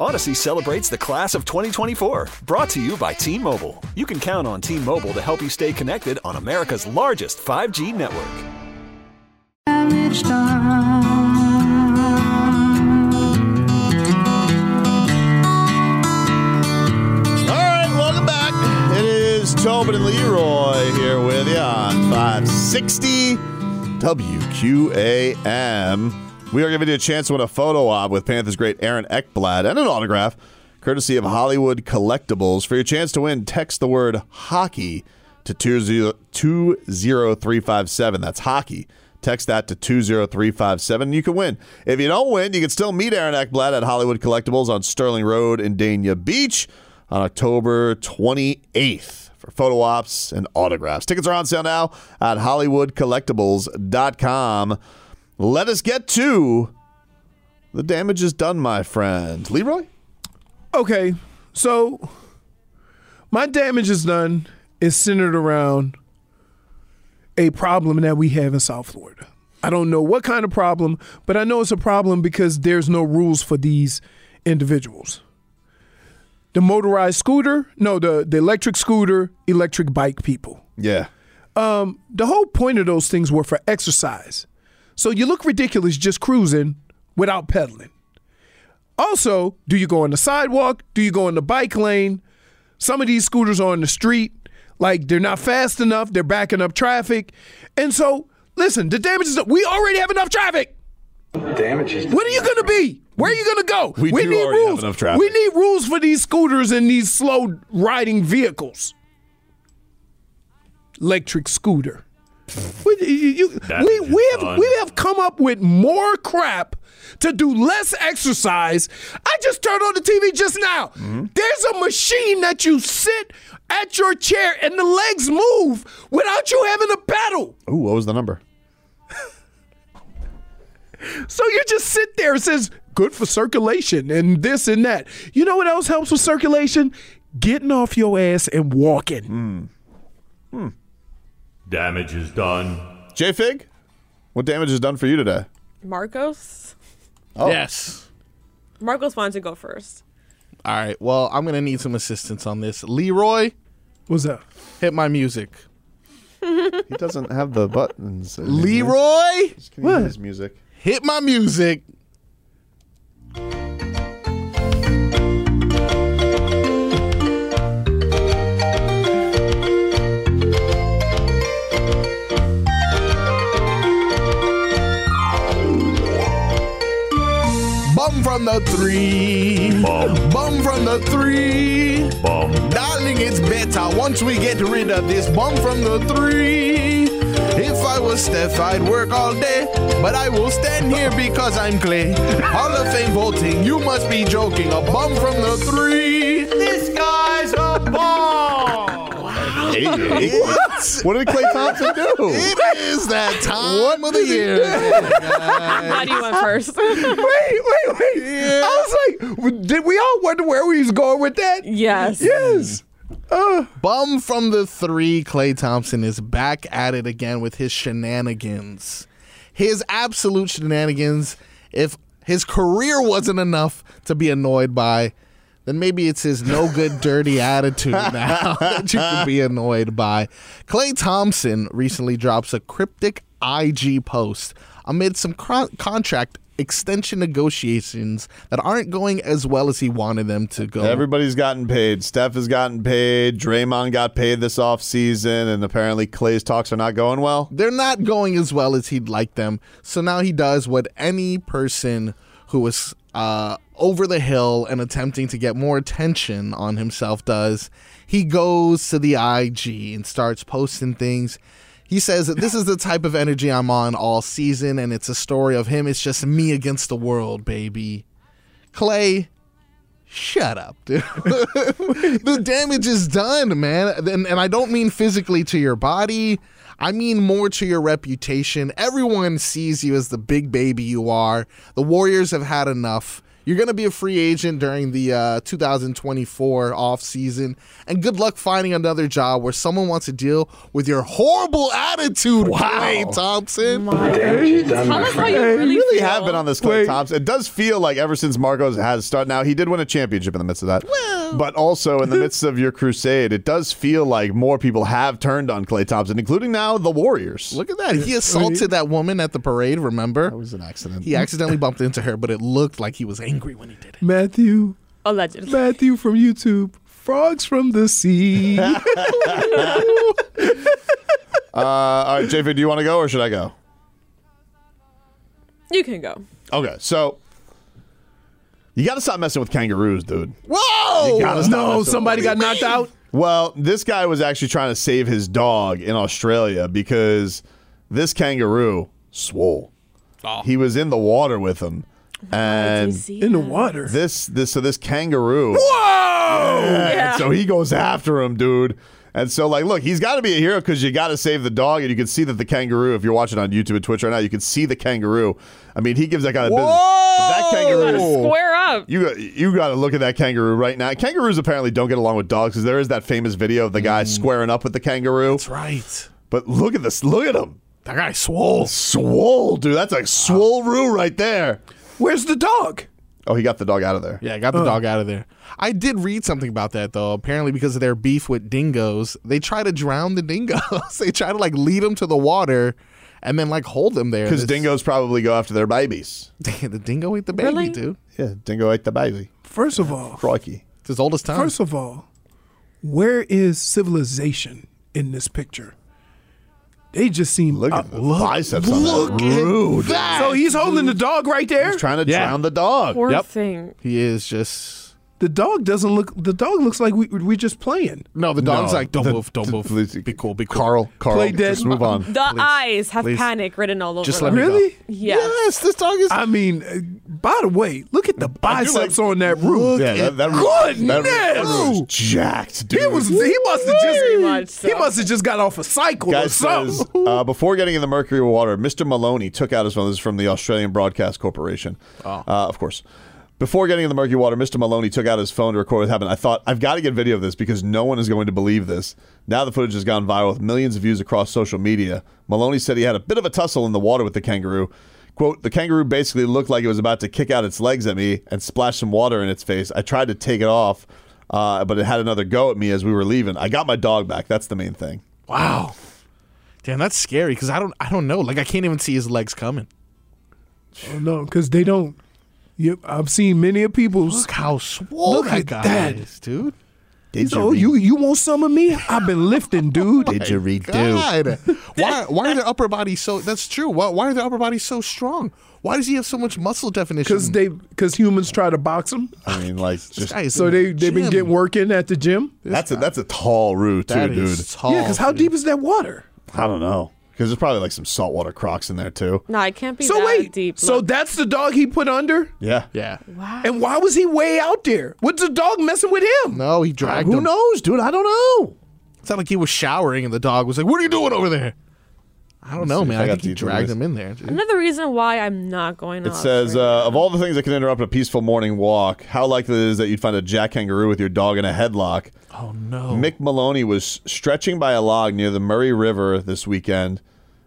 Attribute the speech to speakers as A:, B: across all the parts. A: Odyssey celebrates the class of 2024, brought to you by T Mobile. You can count on T Mobile to help you stay connected on America's largest 5G network.
B: All right, welcome back. It is Tobin and Leroy here with you on 560 WQAM. We are giving you a chance to win a photo op with Panthers great Aaron Eckblad and an autograph, courtesy of Hollywood Collectibles. For your chance to win, text the word hockey to 20- 20357. That's hockey. Text that to 20357. You can win. If you don't win, you can still meet Aaron Eckblad at Hollywood Collectibles on Sterling Road in Dania Beach on October 28th for photo ops and autographs. Tickets are on sale now at HollywoodCollectibles.com. Let us get to the damage is done, my friend. Leroy?
C: Okay, so my damage is done is centered around a problem that we have in South Florida. I don't know what kind of problem, but I know it's a problem because there's no rules for these individuals the motorized scooter, no, the, the electric scooter, electric bike people.
B: Yeah.
C: Um, the whole point of those things were for exercise. So you look ridiculous just cruising without pedaling. Also, do you go on the sidewalk? Do you go in the bike lane? Some of these scooters are on the street. Like they're not fast enough, they're backing up traffic. And so, listen, the damage is we already have enough traffic.
D: Damages.
C: When are you going to be? Where are you going to go?
B: We do already have enough traffic.
C: We need rules for these scooters and these slow riding vehicles. Electric scooter. we, you- you-
E: That
C: we-
E: is
C: we have
E: fun.
C: we have come up with more crap to do less exercise. I just turned on the TV just now.
B: Mm-hmm.
C: There's a machine that you sit at your chair and the legs move without you having a pedal.
B: Ooh, what was the number?
C: So you just sit there. It says good for circulation and this and that. You know what else helps with circulation? Getting off your ass and walking.
E: Damage is done.
B: J Fig? What damage is done for you today?
F: Marcos?
G: Yes.
F: Marcos wanted to go first.
G: All right. Well, I'm gonna need some assistance on this. Leroy,
C: What's up?
G: hit my music.
B: He doesn't have the buttons.
G: Leroy,
B: Can you hear his music?
G: hit my music. Bum from the three. Bum. from the three. Bum. Darling, it's better once we get rid of this bum from the three. If I was Steph, I'd work all day, but I will stand here because I'm clay. Hall of Fame voting, you must be joking. A bum from the three. This guy's a bum.
B: What? what did Clay Thompson do?
G: It is that time of the year.
F: How do you went first?
C: Wait, wait, wait. I was like, w- did we all wonder where we was going with that?
F: yes.
C: Yes.
G: Bum from the three, Clay Thompson is back at it again with his shenanigans. His absolute shenanigans. If his career wasn't enough to be annoyed by, then maybe it's his no good, dirty attitude now that you can be annoyed by. Clay Thompson recently drops a cryptic IG post amid some cro- contract extension negotiations that aren't going as well as he wanted them to go.
B: Everybody's gotten paid. Steph has gotten paid. Draymond got paid this offseason, and apparently Clay's talks are not going well.
G: they're not going as well as he'd like them. So now he does what any person who is uh, over the hill and attempting to get more attention on himself does. He goes to the IG and starts posting things. He says that this is the type of energy I'm on all season, and it's a story of him. It's just me against the world, baby. Clay, Shut up, dude. the damage is done, man. And, and I don't mean physically to your body, I mean more to your reputation. Everyone sees you as the big baby you are. The Warriors have had enough. You're going to be a free agent during the uh, 2024 offseason. And good luck finding another job where someone wants to deal with your horrible attitude, Clay Thompson.
B: They really have been on this Clay Thompson. It does feel like ever since Marcos has started. Now he did win a championship in the midst of that, but also in the midst of your crusade, it does feel like more people have turned on Clay Thompson, including now the Warriors.
G: Look at that. He assaulted that woman at the parade, remember? That was
B: an accident.
G: He accidentally bumped into her, but it looked like he was angry when he did it.
C: Matthew,
F: Allegedly.
C: Matthew from YouTube, frogs from the sea.
B: Uh, all right, JV, do you want to go or should I go?
F: You can go.
B: Okay, so you got to stop messing with kangaroos, dude.
G: Whoa!
B: You gotta stop messing
C: no,
B: with
C: somebody got knocked out.
B: Well, this guy was actually trying to save his dog in Australia because this kangaroo swole.
C: Oh.
B: He was in the water with him, and
C: In the water.
B: this this so this kangaroo.
C: Whoa!
B: And so he goes after him, dude. And so, like, look, he's got to be a hero because you got to save the dog. And you can see that the kangaroo, if you're watching on YouTube and Twitch right now, you can see the kangaroo. I mean, he gives that guy a business. But That kangaroo.
F: Square up.
B: You got you got to look at that kangaroo right now. Kangaroos apparently don't get along with dogs because there is that famous video of the guy squaring up with the kangaroo.
G: That's right.
B: But look at this. Look at him.
G: That guy swole.
B: Swole, dude. That's like swole roo right there.
C: Where's the dog?
B: Oh, he got the dog out of there.
G: Yeah, I got the dog out of there. I did read something about that though. Apparently, because of their beef with dingoes, they try to drown the dingoes. they try to like lead them to the water, and then like hold them there.
B: Because
G: This-
B: dingoes probably go after their babies.
G: the dingo ate the baby,
F: Really?
G: dude.
B: Yeah, dingo ate the baby.
C: First of all,
B: Crikey.
G: It's his oldest time.
C: First of all, where is civilization in this picture? They just seem uh,
B: Look
C: out-
B: at the biceps on that. Rude.
C: So he's holding the dog right there.
B: He's trying to
G: Yeah.
B: drown the dog.
F: Poor
G: Yep.
F: thing.
G: he is just
C: the dog doesn't look. The dog looks like we we just playing.
G: no. The dog's
B: No.
G: like don't
B: The-
G: move, don't
B: the-
G: move.
B: please-
G: be cool, be cool.
B: Carl, Carl,
C: Play dead.
B: just move on.
F: The eyes have
G: Please.
F: panic written all over
G: Just let
F: them.
G: me go.
C: Really?
F: Yeah.
G: Yes, this dog is.
C: I mean, uh, by the way, look at the biceps on that roof.
B: Yeah, that, that,
C: Goodness.
B: that, that was jacked, dude.
C: He was. He must
F: Very
C: have
F: much
C: just.
F: so.
C: He must have just got off a cycle
B: Guy
C: or something.
B: says, uh, before getting in the mercury water, Mr. Maloney took out his phone. This is from the Australian Broadcast Corporation, uh, of course. Before getting in the murky water, Mr. Maloney took out his phone to record what happened. I thought, I've got to get video of this because no one is going to believe this. Now the footage has gone viral with millions of views across social media. Maloney said he had a bit of a tussle in the water with the kangaroo. Quote, the kangaroo basically looked like it was about to kick out its legs at me and splash some water in its face. I tried to take it off, uh, but it had another go at me as we were leaving. I got my dog back. That's the main thing.
G: wow, damn, that's scary. Because I don't, I don't know. Like I can't even see his legs coming.
C: Oh, no, because they don't. Yep, I've seen many of people's.
G: Look how swole
C: Look
G: that
C: at
G: guy
C: that.
G: is, dude.
B: Did
C: Oh, you you want some of me? I've been lifting, dude.
G: God. why why are their upper bodies so that's true. Why why are their upper bodies so strong? Why does he have so much muscle definition?
C: Because they because humans try to box them,
B: I mean, like,
G: This
B: just
G: guy is
C: so
G: in
C: they
G: the
C: they've been
G: gym.
C: getting work in at the gym.
B: that's a that's a tall root too,
G: That
B: dude.
G: is tall,
C: yeah, because how
G: dude.
C: deep is that water?
B: I don't know because there's probably like some saltwater crocs in there too.
F: No, it can't be
C: So
F: that
C: wait,
F: deep.
C: so
F: Look.
C: that's the dog he put under,
B: Yeah,
G: Yeah.
C: and why was he way out there? What's the dog messing with him?
G: No, he dragged
B: Who
G: him.
B: knows, dude? I don't know.
G: It's not like he was showering and the dog was like, What are you doing over there? I don't know,
B: see if
G: man.
B: I
G: I,
B: got
G: think he
B: deep
G: dragged
B: voice.
G: him in there. dude.
F: Another reason why I'm not going
C: Oh,
B: It says uh, of all the things that can interrupt a peaceful morning walk, how likely it is that you'd find a jack kangaroo with your dog in a headlock?
G: Oh no.
B: Mick Maloney was stretching by a log near the Murray River this weekend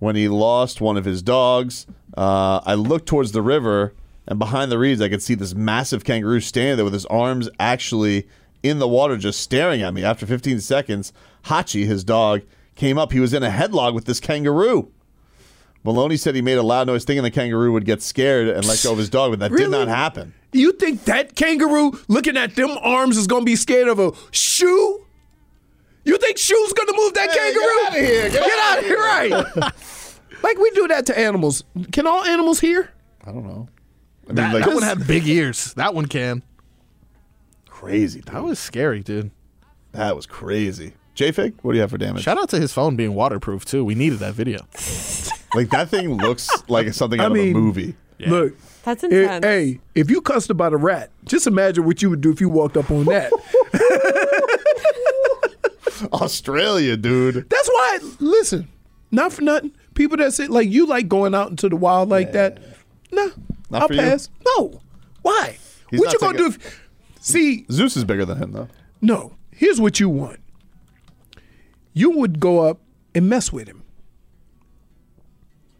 B: when he lost one of his dogs. Uh, I looked towards the river, and behind the reeds, I could see this massive kangaroo standing there with his arms actually in the water, just staring at me. After 15 seconds, Hachi, his dog, came up. He was in a headlock with this kangaroo. Maloney said he made a loud noise, thinking the kangaroo would get scared and let go of his dog, but that did
C: Really?
B: not happen.
C: You think that kangaroo looking at them arms is gonna be scared of a shoe? You think shoe's gonna move that kangaroo?
B: here!
C: Get out of here, right? like we do that to animals. Can all animals hear?
B: I don't know. I mean,
G: that,
B: like
G: that one had big ears. That one can.
B: crazy. dude.
G: That was scary, dude.
B: That was crazy. J-Fig, what do you have for damage?
G: Shout out to his phone being waterproof too. We needed that video.
B: Like that thing looks like something
C: I
B: out of a
C: mean-
B: movie.
C: Look,
F: That's
C: Hey,
F: intense.
C: hey, if you cussed about a rat, just imagine what you would do if you walked up on that.
B: Australia, dude.
C: That's why. Listen, not for nothing. People that say like you like going out into the wild like that. No,
B: Not
C: I'll
B: for you.
C: pass. No, why?
B: He's
C: what
B: not
C: you gonna do?
B: taking-
C: If, see,
B: Zeus is bigger than him, though.
C: no. Here's what you want. You would go up and mess with him.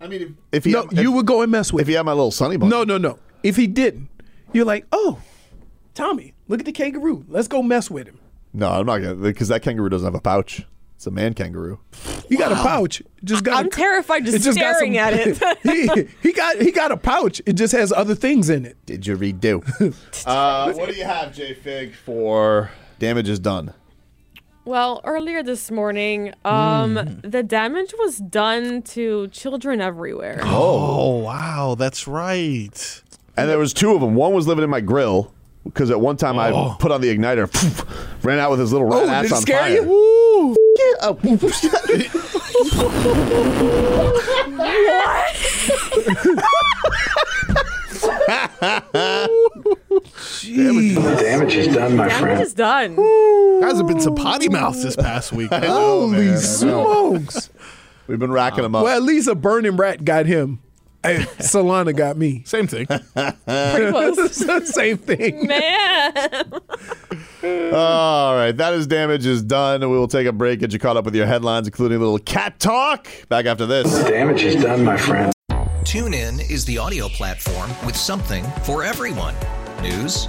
B: I mean, if he
C: no,
B: had, if,
C: you would go and mess with
B: if he
C: him.
B: had my little sunny bun,
C: No, no, no. If he didn't, you're like, oh, Tommy, look at the kangaroo. Let's go mess with him.
B: no, I'm not gonna because that kangaroo doesn't have a pouch. It's a man kangaroo.
C: He got a pouch. Just got.
F: I'm
C: a-
F: terrified just
C: it got
F: staring at it.
C: he, he got he got a pouch. It just has other things in it.
B: Did you redo? uh, what do you have, J Fig, for damage is done?
F: Well, earlier this morning, um, the damage was done to children everywhere.
G: Oh wow, that's right.
B: And there was two of them. One was living in my grill because at one time I put on the igniter, ran out with his little rat
C: Oh,
B: ass
C: did it
B: on
C: scare
B: fire.
C: you?
G: Ooh,
H: Damage is done, my
F: Damage is done.
G: guys have been some potty mouths this past week.
C: Holy
B: man, I know. Uh,
C: smokes!
B: We've been racking them up.
C: well, at least a burning rat got him. And Solana got me.
G: Same thing.
F: Pretty close.
C: Same thing.
F: Man.
B: All right, that is damage is done. We will take a break, get you caught up with your headlines, including a little cat talk. Back after this.
H: Damage is done, my friend.
I: TuneIn is the audio platform with something for everyone. News,